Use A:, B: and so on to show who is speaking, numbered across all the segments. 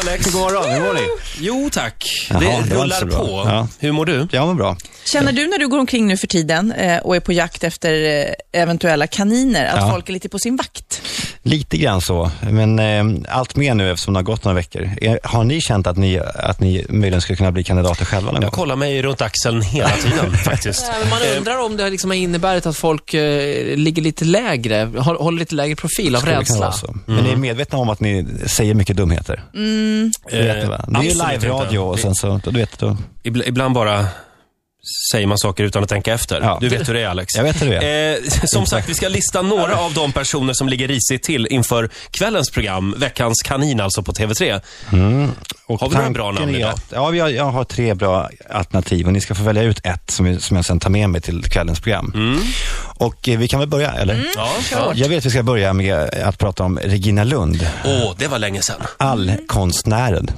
A: Alex.
B: God morgon, hur mår ni?
A: Jo tack,
B: Jaha, det var
A: det
B: inte
A: rullar
B: så bra.
A: på.
B: Ja.
A: Hur mår du?
B: Jag mår bra.
C: Känner du när du går omkring nu för tiden eh, och är på jakt efter eh, eventuella kaniner, att
B: Ja.
C: folk är lite på sin vakt?
B: Lite grann så, men eh, allt mer nu eftersom det har gått några veckor. Er, har ni känt att ni, att ni möjligen skulle kunna bli kandidater själva någon
A: Jag
B: gång?
A: kollar mig runt axeln hela tiden faktiskt.
D: Ja, men
A: Eh,
D: Man undrar om det liksom har inneburit att folk eh, ligger lite lägre, hå- håller lite lägre profil av
B: Skulle kunna vara
D: rädsla.
B: så. Men
A: Mm.
B: ni är medvetna om att ni säger mycket dumheter? Det vet ni va? Det är ju
A: Eh, absolut
B: live-radio
A: inte.
B: och sen så, du vet, då,
A: Ibl- Ibland bara säger man saker utan att tänka efter.
B: Ja.
A: Du vet hur det är Alex.
B: jag vet hur det är.
A: Eh, som sagt, vi ska lista några av de personer som ligger risigt till inför kvällens program, Veckans kanin alltså på TV3.
B: Och
A: Har vi några bra
B: tanken
A: namn
B: är
A: idag?
B: Att, ja, jag, jag har tre bra alternativ och ni ska få välja ut ett som, som jag sen tar med mig till kvällens program.
A: Mm.
B: Och eh, vi kan väl börja, eller?
A: Ja, ja.
C: klart.
B: Jag vet att vi ska börja med att prata om Regina Lund,
A: Åh, det var länge sedan.
B: allkonstnären.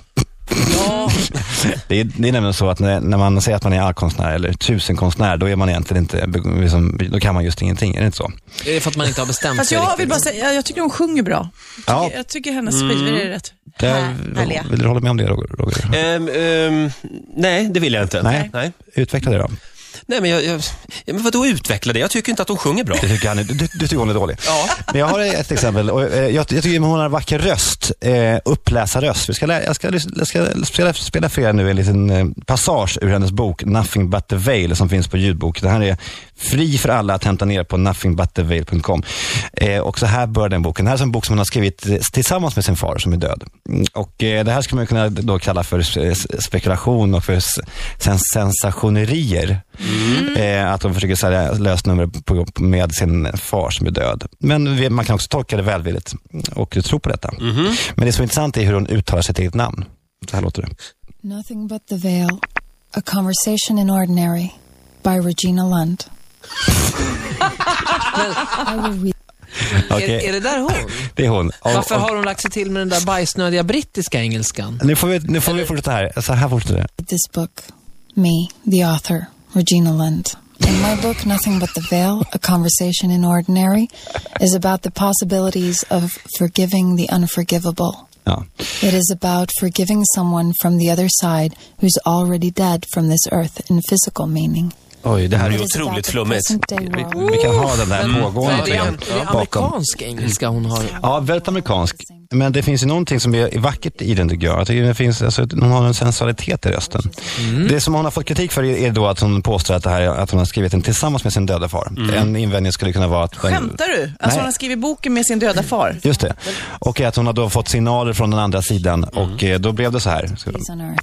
B: det, är, det är nämligen så att när, när man säger att man är allkonstnär eller tusenkonstnär, då är man egentligen inte, be- liksom, då kan man just ingenting, är det inte så?
D: Det är för att man inte har bestämt
C: Fast
D: sig
C: jag vill
D: riktigt.
C: bara säga, jag tycker hon sjunger bra.
B: Ja,
C: Jag tycker hennes skivor är rätt
B: det,
C: härliga.
B: vill du hålla med om det Roger? Roger?
A: Ehm, ehm, nej, det vill jag inte.
B: Nej.
A: Nej,
B: Utveckla det då.
A: nej men, jag, jag, ja, men vadå utveckla det? Jag tycker inte att de sjunger bra.
B: Du tycker, han är, du, du tycker hon är dålig.
A: Ja.
B: Men jag har ett exempel. Och, eh, jag, jag tycker hon har en vacker röst. Eh, uppläsarröst. Vi ska, lä- jag ska, lys- jag ska spela, spela för er nu en liten eh, passage ur hennes bok Nothing But The Veil som finns på ljudbok. Den här är fri för alla att hämta ner på nothingbuttheveil.com. Eh, och så här börjar den boken. Det här är en bok som hon har skrivit eh, tillsammans med sin far som är död. Mm, Och eh, Det här skulle man kunna då kalla för s- s- spekulation och för s- sen- sensationerier.
D: Mm.
B: Eh, att de försöker sälja lösnummer på, med sin far som är död. Men vi, man kan också tolka det välvilligt och tro på detta.
D: Mhm.
B: Men det som är intressant är hur hon uttalar sitt eget namn. Så här låter det.
E: Nothing But the Veil, A Conversation in Ordinary by Regina Lund. I will read
B: Okej,
D: Är, är det där hon?
B: Det är hon. Och,
D: Varför
B: och,
D: har hon lagt sig till med den där bajsnödiga brittiska engelskan?
B: nu får, vi, nu får vi fortsätta här. Så här fortsätter det.
E: this book, me, the author, Regina Lund. In my book, Nothing But the Veil, A Conversation in Ordinary, is about the possibilities of forgiving the unforgivable.
B: Ja.
E: It is about forgiving someone from the other side who's already dead from this earth in physical meaning.
A: Oj, det här är
E: It
A: ju
E: is about
A: otroligt
E: the
A: flummigt.
E: present day world.
B: Vi kan ha den där pågående
D: Mm. Nej, det, är,
B: igen
D: det är
B: bakom.
D: amerikansk engelska hon har.
B: Ja, väldigt amerikansk. Men det finns ju någonting som är vackert i den tycker jag. jag tycker det finns, alltså, hon har en sensualitet i rösten. Det som hon har fått kritik för är då att hon påstår att, det här, att hon har skrivit den tillsammans med sin döda far. En invändning skulle kunna vara att...
C: Skämtar du? Alltså
B: Nej.
C: hon har skrivit boken med sin döda far.
B: Just det. Och att hon har då fått signaler från den andra sidan och eh, då blev det så här. Ska de-
E: peace on earth.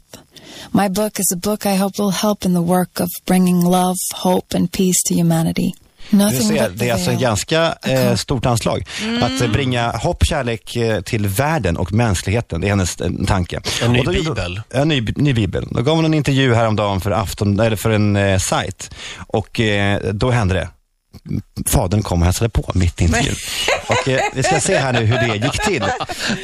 E: My book is a book I hope will help in the work of bringing love, hope, and peace to humanity.
B: Du
E: Nothing
B: ser,
E: but the
B: det är alltså ett
E: veil.
B: ganska eh, stort anslag. Att eh, bringa hopp, kärlek eh, till världen och mänskligheten, det är hennes eh, tanke.
A: En ny
B: Och då gjorde-
A: bibel.
B: En ny, ny bibel. Då gav hon en intervju häromdagen för, afton, eller för en eh, sajt och eh, då hände det. Fadern kom och hälsade på mitt i intervjun. Och, eh, vi ska se här nu hur det gick till.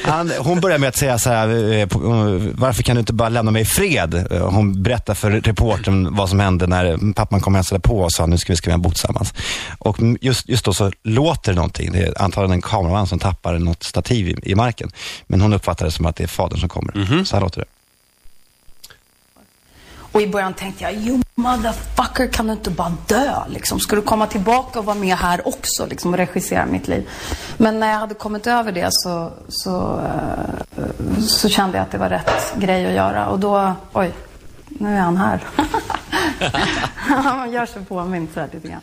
B: Han, hon börjar med att säga så här, eh, på, eh, varför kan du inte bara lämna mig i fred? Eh, Hon berättar för reportern vad som hände när eh, pappan kom och hälsade på och sa, nu ska vi skriva en bok tillsammans. Och mm, just, just då så låter det någonting. Det är antagligen en kameraman som tappar något stativ i, i marken. Men hon uppfattar det som att det är fadern som kommer. Så här låter det.
F: Och i början tänkte jag, you motherfucker, kan du inte bara dö? Liksom? Ska du komma tillbaka och vara med här också liksom, och regissera mitt liv? Men när jag hade kommit över det så, så, eh, så kände jag att det var rätt grej att göra. Och då, oj, nu är han här. Han gör sig påmind så här lite grann.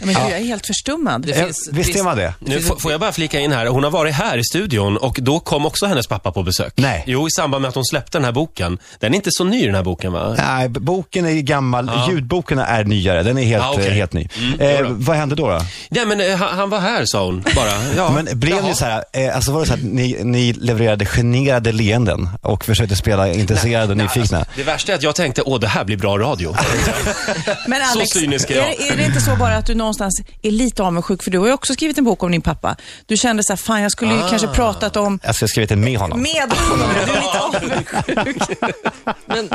C: Ja, Men gud, jag är helt förstummad.
D: Det
B: Eh,
D: finns-
B: Visst är man det?
A: Nu får får jag bara flika in här. Hon har varit här i studion och då kom också hennes pappa på besök.
B: Nej.
A: Jo, i samband med att hon släppte den här boken. Den är inte så ny den här boken va?
B: Nej, b- boken är gammal. Ljudboken är nyare. Den är helt,
A: Ja, okej.
B: eh, helt ny. eh, vad hände då? då?
A: Nej men eh, han, han var här sa hon bara. Ja.
B: Men blev
A: Jaha.
B: det så här, eh, alltså var det så att ni, ni levererade generade leenden och försökte spela intresserade och nyfikna?
A: alltså, Det värsta är att jag tänkte, åh det här blir bra radio.
C: Men
A: Så
C: Alex,
A: cynisk är
C: är,
A: jag.
C: är det inte så bara att du någonstans är lite avundsjuk? För du har ju också skrivit en bok om din pappa. Du kände så här, fan jag skulle ju kanske pratat om
B: Alltså jag har skrivit en med honom.
C: med honom. Du är lite avundsjuk.
D: Men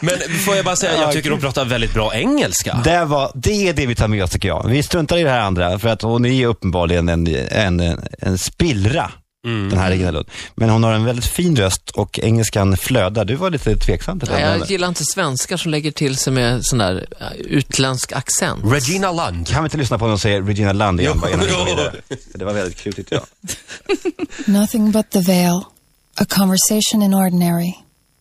A: men får jag bara säga, jag tycker hon pratar väldigt bra engelska.
B: Det, var, det är det vi tar med oss tycker jag. Vi struntar i det här andra för att hon är uppenbarligen en, en, en spillra den här Regina Lund. Men hon har en väldigt fin röst och engelskan flödar. Du var lite tveksam till det.
D: Nej,
B: men-
D: jag gillar inte svenskar som lägger till sig med sån där eh, utländsk accent.
A: Regina Lund.
B: Kan vi inte lyssna på när hon säger Regina Land igen?
A: Jo,
B: bara innan vi går
A: jo.
B: vidare? Det var väldigt klutigt. Ja.
E: Nothing But the Veil, A Conversation in Ordinary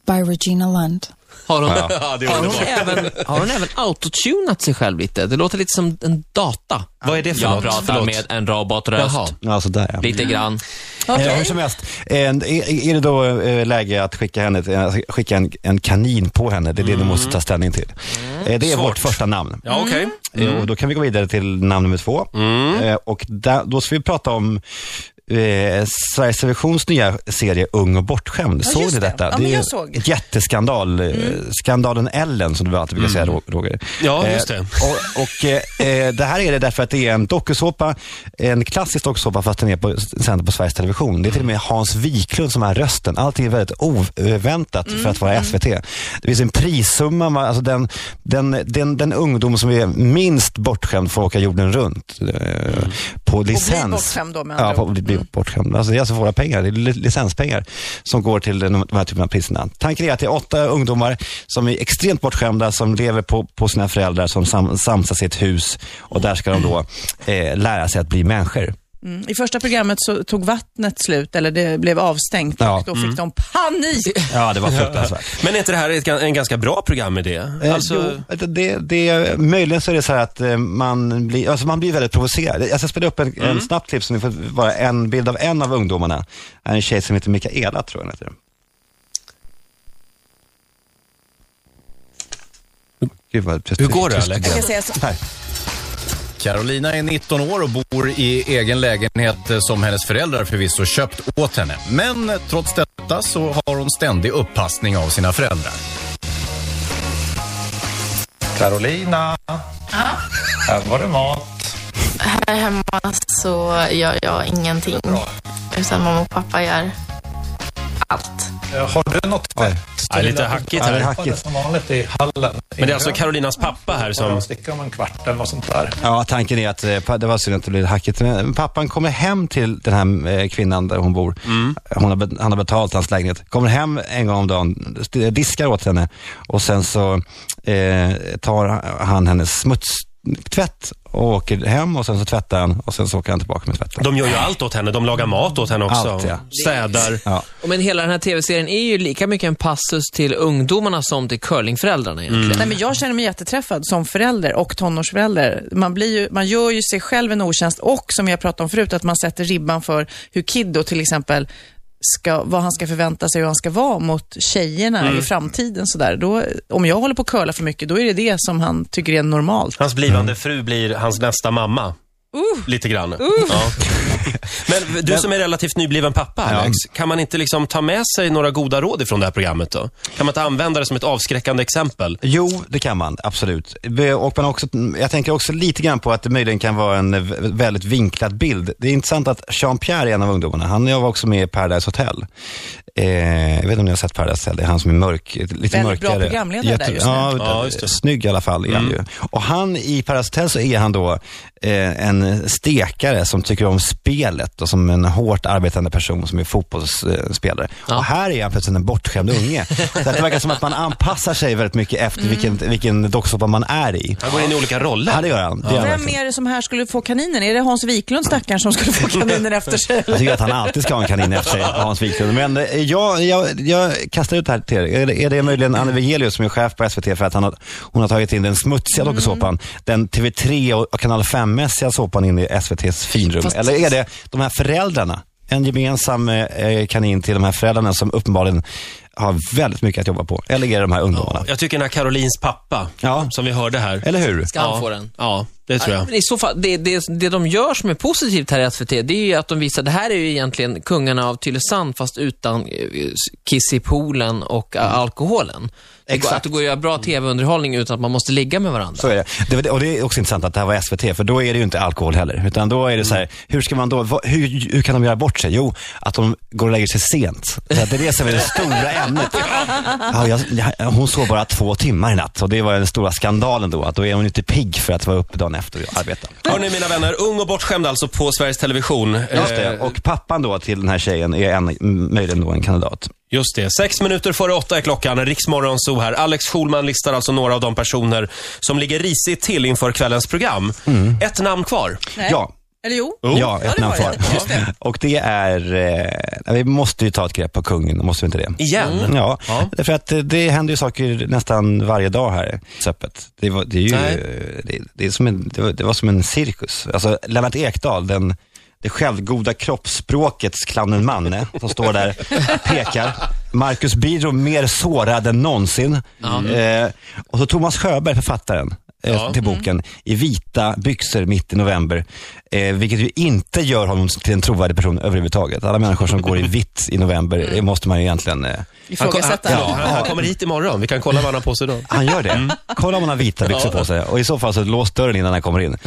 E: by Regina Lund.
D: Har hon,
A: Ja, det är
D: har hon,
A: underbart.
D: även, har hon även autotunat sig själv lite? Det låter lite som en data.
A: Vad är det för
G: Jag
A: något?
G: pratar
A: Förlåt.
G: med en robotröst.
D: Jaha.
B: Ja, sådär, ja.
G: Lite grann.
B: Eh, hur som helst, eh, är, är det då eh, läge att skicka, henne, till- alltså, skicka en, en kanin på henne? Det är det du måste ta ställning till.
C: Mm.
B: Eh, det är
A: Svårt.
B: vårt första namn.
A: Ja, okej.
B: Eh, Och då kan vi gå vidare till namn nummer två.
C: Mm.
B: Eh, och där, då ska vi prata om Eh, Sveriges Televisions nya serie Ung och bortskämd.
C: Ja,
B: såg
C: just
B: du
C: det.
B: detta?
C: Ja,
B: det
C: men
B: är
C: jag
B: ju
C: såg.
B: jätteskandal.
A: Mm.
B: eh, Skandalen Ellen som du alltid brukar säga Ro- Roger.
A: Ja, just det.
B: Eh, och och eh, eh, det här är det därför att det är en dokusåpa, en klassisk dokusåpa fast den är på, sänd på Sveriges Television. Det är till och med Hans Wiklund som är rösten. Allting är väldigt oväntat för att
A: Mm.
B: vara SVT. Det finns en prissumma, man- alltså den, den, den, den ungdom som är minst bortskämd får åka jorden runt. eh,
A: Mm.
B: På licens.
C: bortskämd då, med andra
B: Ja, på,
C: ord. Mm.
B: bli bortskämd. Alltså, det är alltså våra pengar, det är li- licenspengar som går till den- de här typen av priserna. Tanken är att det är åtta ungdomar som är extremt bortskämda, som lever på, på sina föräldrar, som sam, samsas i ett hus och där ska de då eh, lära sig att bli människor.
C: Mm. I första programmet så tog vattnet slut, eller det blev avstängt.
B: Ja.
C: Och då fick de panik.
B: Ja, det var fruktansvärt.
A: Men är inte det här ett, ga- en ganska bra programidé?
B: Eh,
A: Alltså,
B: jo, det, det, möjligen så är det så här att eh, man blir, alltså man blir väldigt provocerad. Jag ska spela upp en,
A: Mm.
B: en snabb klipp så ni får bara en bild av en av ungdomarna. Här är En tjej som heter Mikaela, tror jag hon heter. Gud, vad
A: hur går det
B: tyst-
A: Alex?
C: Jag ska säga så.
B: Här.
H: Carolina är 19 år och bor i egen lägenhet eh, som hennes föräldrar förvisso köpt åt henne. Men eh, trots detta så har hon ständig upppassning av sina föräldrar. Carolina, här var det mat.
I: Här hemma så gör jag ingenting. Utan mamma och pappa gör allt.
H: Eh, Har du något
B: Oj.
A: Ja, lite hackigt
B: Ja, det är
A: här.
B: hackigt.
H: som vanligt i hallen?
A: Men det är alltså Carolinas pappa här som...
H: sticker om en kvart eller något sånt där.
B: Ja, tanken är att eh, pa- det var synd att det blev hackigt. Men eh, pappan kommer hem till den här eh, kvinnan där hon bor. Hon har, be- han har betalt hans lägenhet. Kommer hem en gång om dagen, st- eh, diskar åt henne och sen så eh, tar han hennes smutstvätt och åker hem och sen så tvättar han och sen så åker han tillbaka med tvätten.
A: De gör ju allt åt henne. De lagar mat åt henne också.
B: Allt, ja.
A: Städar.
B: Ja.
D: Men hela den här tv-serien är ju lika mycket en passus till ungdomarna som till curlingföräldrarna egentligen.
B: Mm.
C: Nej, men jag känner mig jätteträffad som förälder och tonårsförälder. Man, blir ju, man gör ju sig själv en otjänst och, som jag pratade om förut, att man sätter ribban för hur Kid då till exempel, ska, vad han ska förvänta sig och hur han ska vara mot tjejerna
B: Mm.
C: i framtiden. Sådär. Då, om jag håller på att curla för mycket, då är det det som han tycker är normalt.
A: Hans
B: Mm.
A: blivande fru blir hans nästa mamma. Lite grann. Ja. Men du som är relativt nybliven pappa, Alex, kan man inte liksom ta med sig några goda råd ifrån det här programmet då? Kan man inte använda det som ett avskräckande exempel?
B: Jo, det kan man, absolut. Be- Och man har också, jag tänker också lite grann på att det möjligen kan vara en eh, vä- väldigt vinklad bild. Det är intressant att Jean-Pierre är en av ungdomarna. Han var också med i Paradise Hotel. Eh, jag vet inte om ni har sett Paradise Hotel, det är han som är mörk, lite
C: Väldigt bra
B: mörkare.
C: programledare där just nu.
B: ja,
A: Ja, just det.
B: Snygg i alla fall är han ju. Och han i Paradise Hotel så är han då eh, en stekare som tycker om spelet och som en hårt arbetande person som är fotbollsspelare. Och här är han plötsligt en bortskämd unge. så att det verkar som att man anpassar sig väldigt mycket efter vilken, vilken docksoppa man är i.
A: Han går in i olika roller.
B: Ja, det gör han. Det gör han
C: Vem
B: verkligen.
C: är det som här skulle få kaninen? Är det Hans Wiklund stackaren som skulle få kaninen efter sig?
B: jag tycker att han alltid ska ha en kanin efter sig, Hans Wiklund. Men eh, jag, jag, jag kastar ut det här till er. Är det, är det möjligen Anne Wigelius som är chef på SVT för att han har, hon har tagit in den smutsiga dokusåpan, den TV3 och och Kanal 5-mässiga såpan in i SVTs finrum?
C: Fast-
B: Eller är det de här föräldrarna? En gemensam eh, eh, kanin till de här föräldrarna som uppenbarligen har väldigt mycket att jobba på. Eller är det de här ungdomarna?
A: Jag tycker den här Carolins pappa,
B: Ja.
A: som vi hörde här.
B: Eller hur?
D: Ska han få den?
A: Ja, det tror jag.
D: Men I så fall, det, det, det de gör som är positivt här i SVT, det är ju att de visar, det här är ju egentligen kungarna av Tylösand fast utan eh, kiss i poolen och eh, alkoholen. Det går,
B: Mm. Exakt. Mm.
D: att det går att göra bra tv-underhållning utan att man måste ligga med varandra.
B: Så är det. det. var det- Och det är också intressant att det här var SVT, för då är det ju inte alkohol heller. Utan då är det så här, hur ska man då, vad, hur, hur kan de göra bort sig? Jo, att de går och lägger sig sent. Så att det är det som är det stora ämnet. Ja, jag, jag, hon sov bara två timmar i natt och det var den stora skandalen då, att då är hon inte pigg för att vara uppe dagen efter och arbeta.
A: Hörni mina vänner, Ung och bortskämd alltså på Sveriges Television.
B: Just det. Och pappan då till den här tjejen är en, m- möjligen då en kandidat.
A: Just det. Sex minuter före åtta är klockan. Riksmorgon så här. Alex Schulman listar alltså några av de personer som ligger risigt till inför kvällens program. Ett namn kvar.
C: Nej.
B: Ja.
C: Eller jo?
B: ja, ett
C: Oh. det var
B: namn kvar.
C: det. Just det.
B: Och det är, eh, vi måste ju ta ett grepp på kungen, måste vi inte det? Mm.
A: Igen.
B: Ja,
A: Ja.
B: därför att eh, det händer ju saker nästan varje dag här, öppet. Det var, det är ju,
A: Nej.
B: eh, det, det, är som en, det, var, det var som en cirkus. Alltså Lennart Ekdal, den, det självgoda kroppsspråkets clownen Manne, som står där och pekar. Marcus Biro mer sårad än någonsin. Eh, och så Thomas Sjöberg, författaren eh,
A: Ja.
B: till boken, i vita byxor mitt i november. Eh, vilket ju inte gör honom till en trovärdig person överhuvudtaget. Alla människor som går i vitt i november, det måste man ju egentligen eh,
A: Han, kom, han,
C: Ifrågasätta.
A: ja, han, han kommer hit imorgon. Vi kan kolla vad han har på sig då.
B: Han gör det? Kolla om han har vita byxor på sig och i så fall så lås dörren innan han kommer in.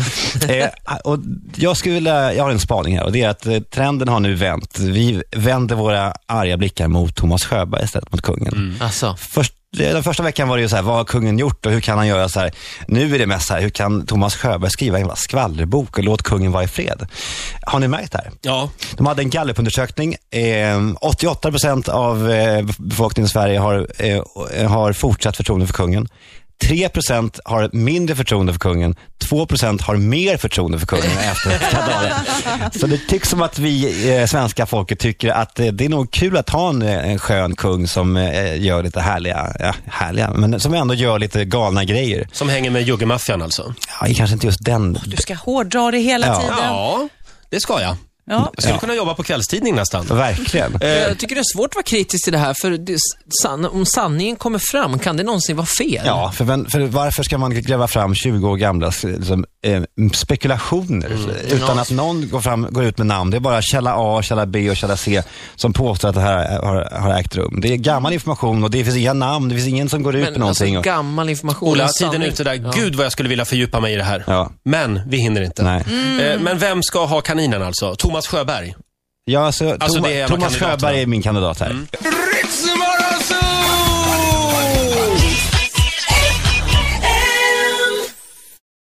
B: Eh, och jag, skulle vilja, jag har en spaning här och det är att eh, trenden har nu vänt. Vi vänder våra arga blickar mot Thomas Sjöberg istället mot kungen.
D: Alltså,
B: Först, eh, den första veckan var det ju så här, vad har kungen gjort och hur kan han göra så här? Nu är det mest så här, hur kan Thomas Sjöberg skriva en jävla skvallerbok och låt kungen vara i fred? Har ni märkt det här?
A: Ja,
B: De hade en gallupundersökning. Eh, 88% av eh, befolkningen i Sverige har, eh, har fortsatt förtroende för kungen. 3% har mindre förtroende för kungen. 2% har mer förtroende för kungen efter skandalen. Så det tycks som att vi, eh, svenska folket, tycker att eh, det är nog kul att ha en, eh, en skön kung som eh, gör lite härliga, ja, härliga, men som ändå gör lite galna grejer.
A: som hänger med juggemaffian alltså.
B: Ja, kanske inte just den.
C: Du ska hårdra det hela
B: Ja.
C: tiden.
A: Ja, det ska jag.
C: Ja.
A: Jag skulle kunna jobba på kvällstidning nästan.
B: Verkligen.
D: jag tycker det är svårt att vara kritisk till det här, för det, san, om sanningen kommer fram, kan det någonsin vara fel?
B: Ja, för, vem, för varför ska man gräva fram 20 år gamla liksom, eh, spekulationer
A: Mm.
B: utan att någon går, fram, går ut med namn? Det är bara källa A, källa B och källa C som påstår att det här har, har ägt rum. Det är
A: Mm.
B: gammal information och det finns inga namn, det finns ingen som går ut med
D: Men alltså,
B: någonting. och-
D: gammal information.
A: Ola,
D: sanning.
A: tiden är ute där. Gud vad jag skulle vilja fördjupa mig i det här.
B: Ja.
A: Men vi hinner inte.
B: Nej.
A: Eh, Men vem ska ha kaninen alltså? Thomas Sjöberg?
B: Ja, alltså,
A: Alltså,
B: Toma-
A: det är en av
B: Thomas
A: kandidaterna. Mm.
B: Sjöberg är min kandidat här.
G: Riks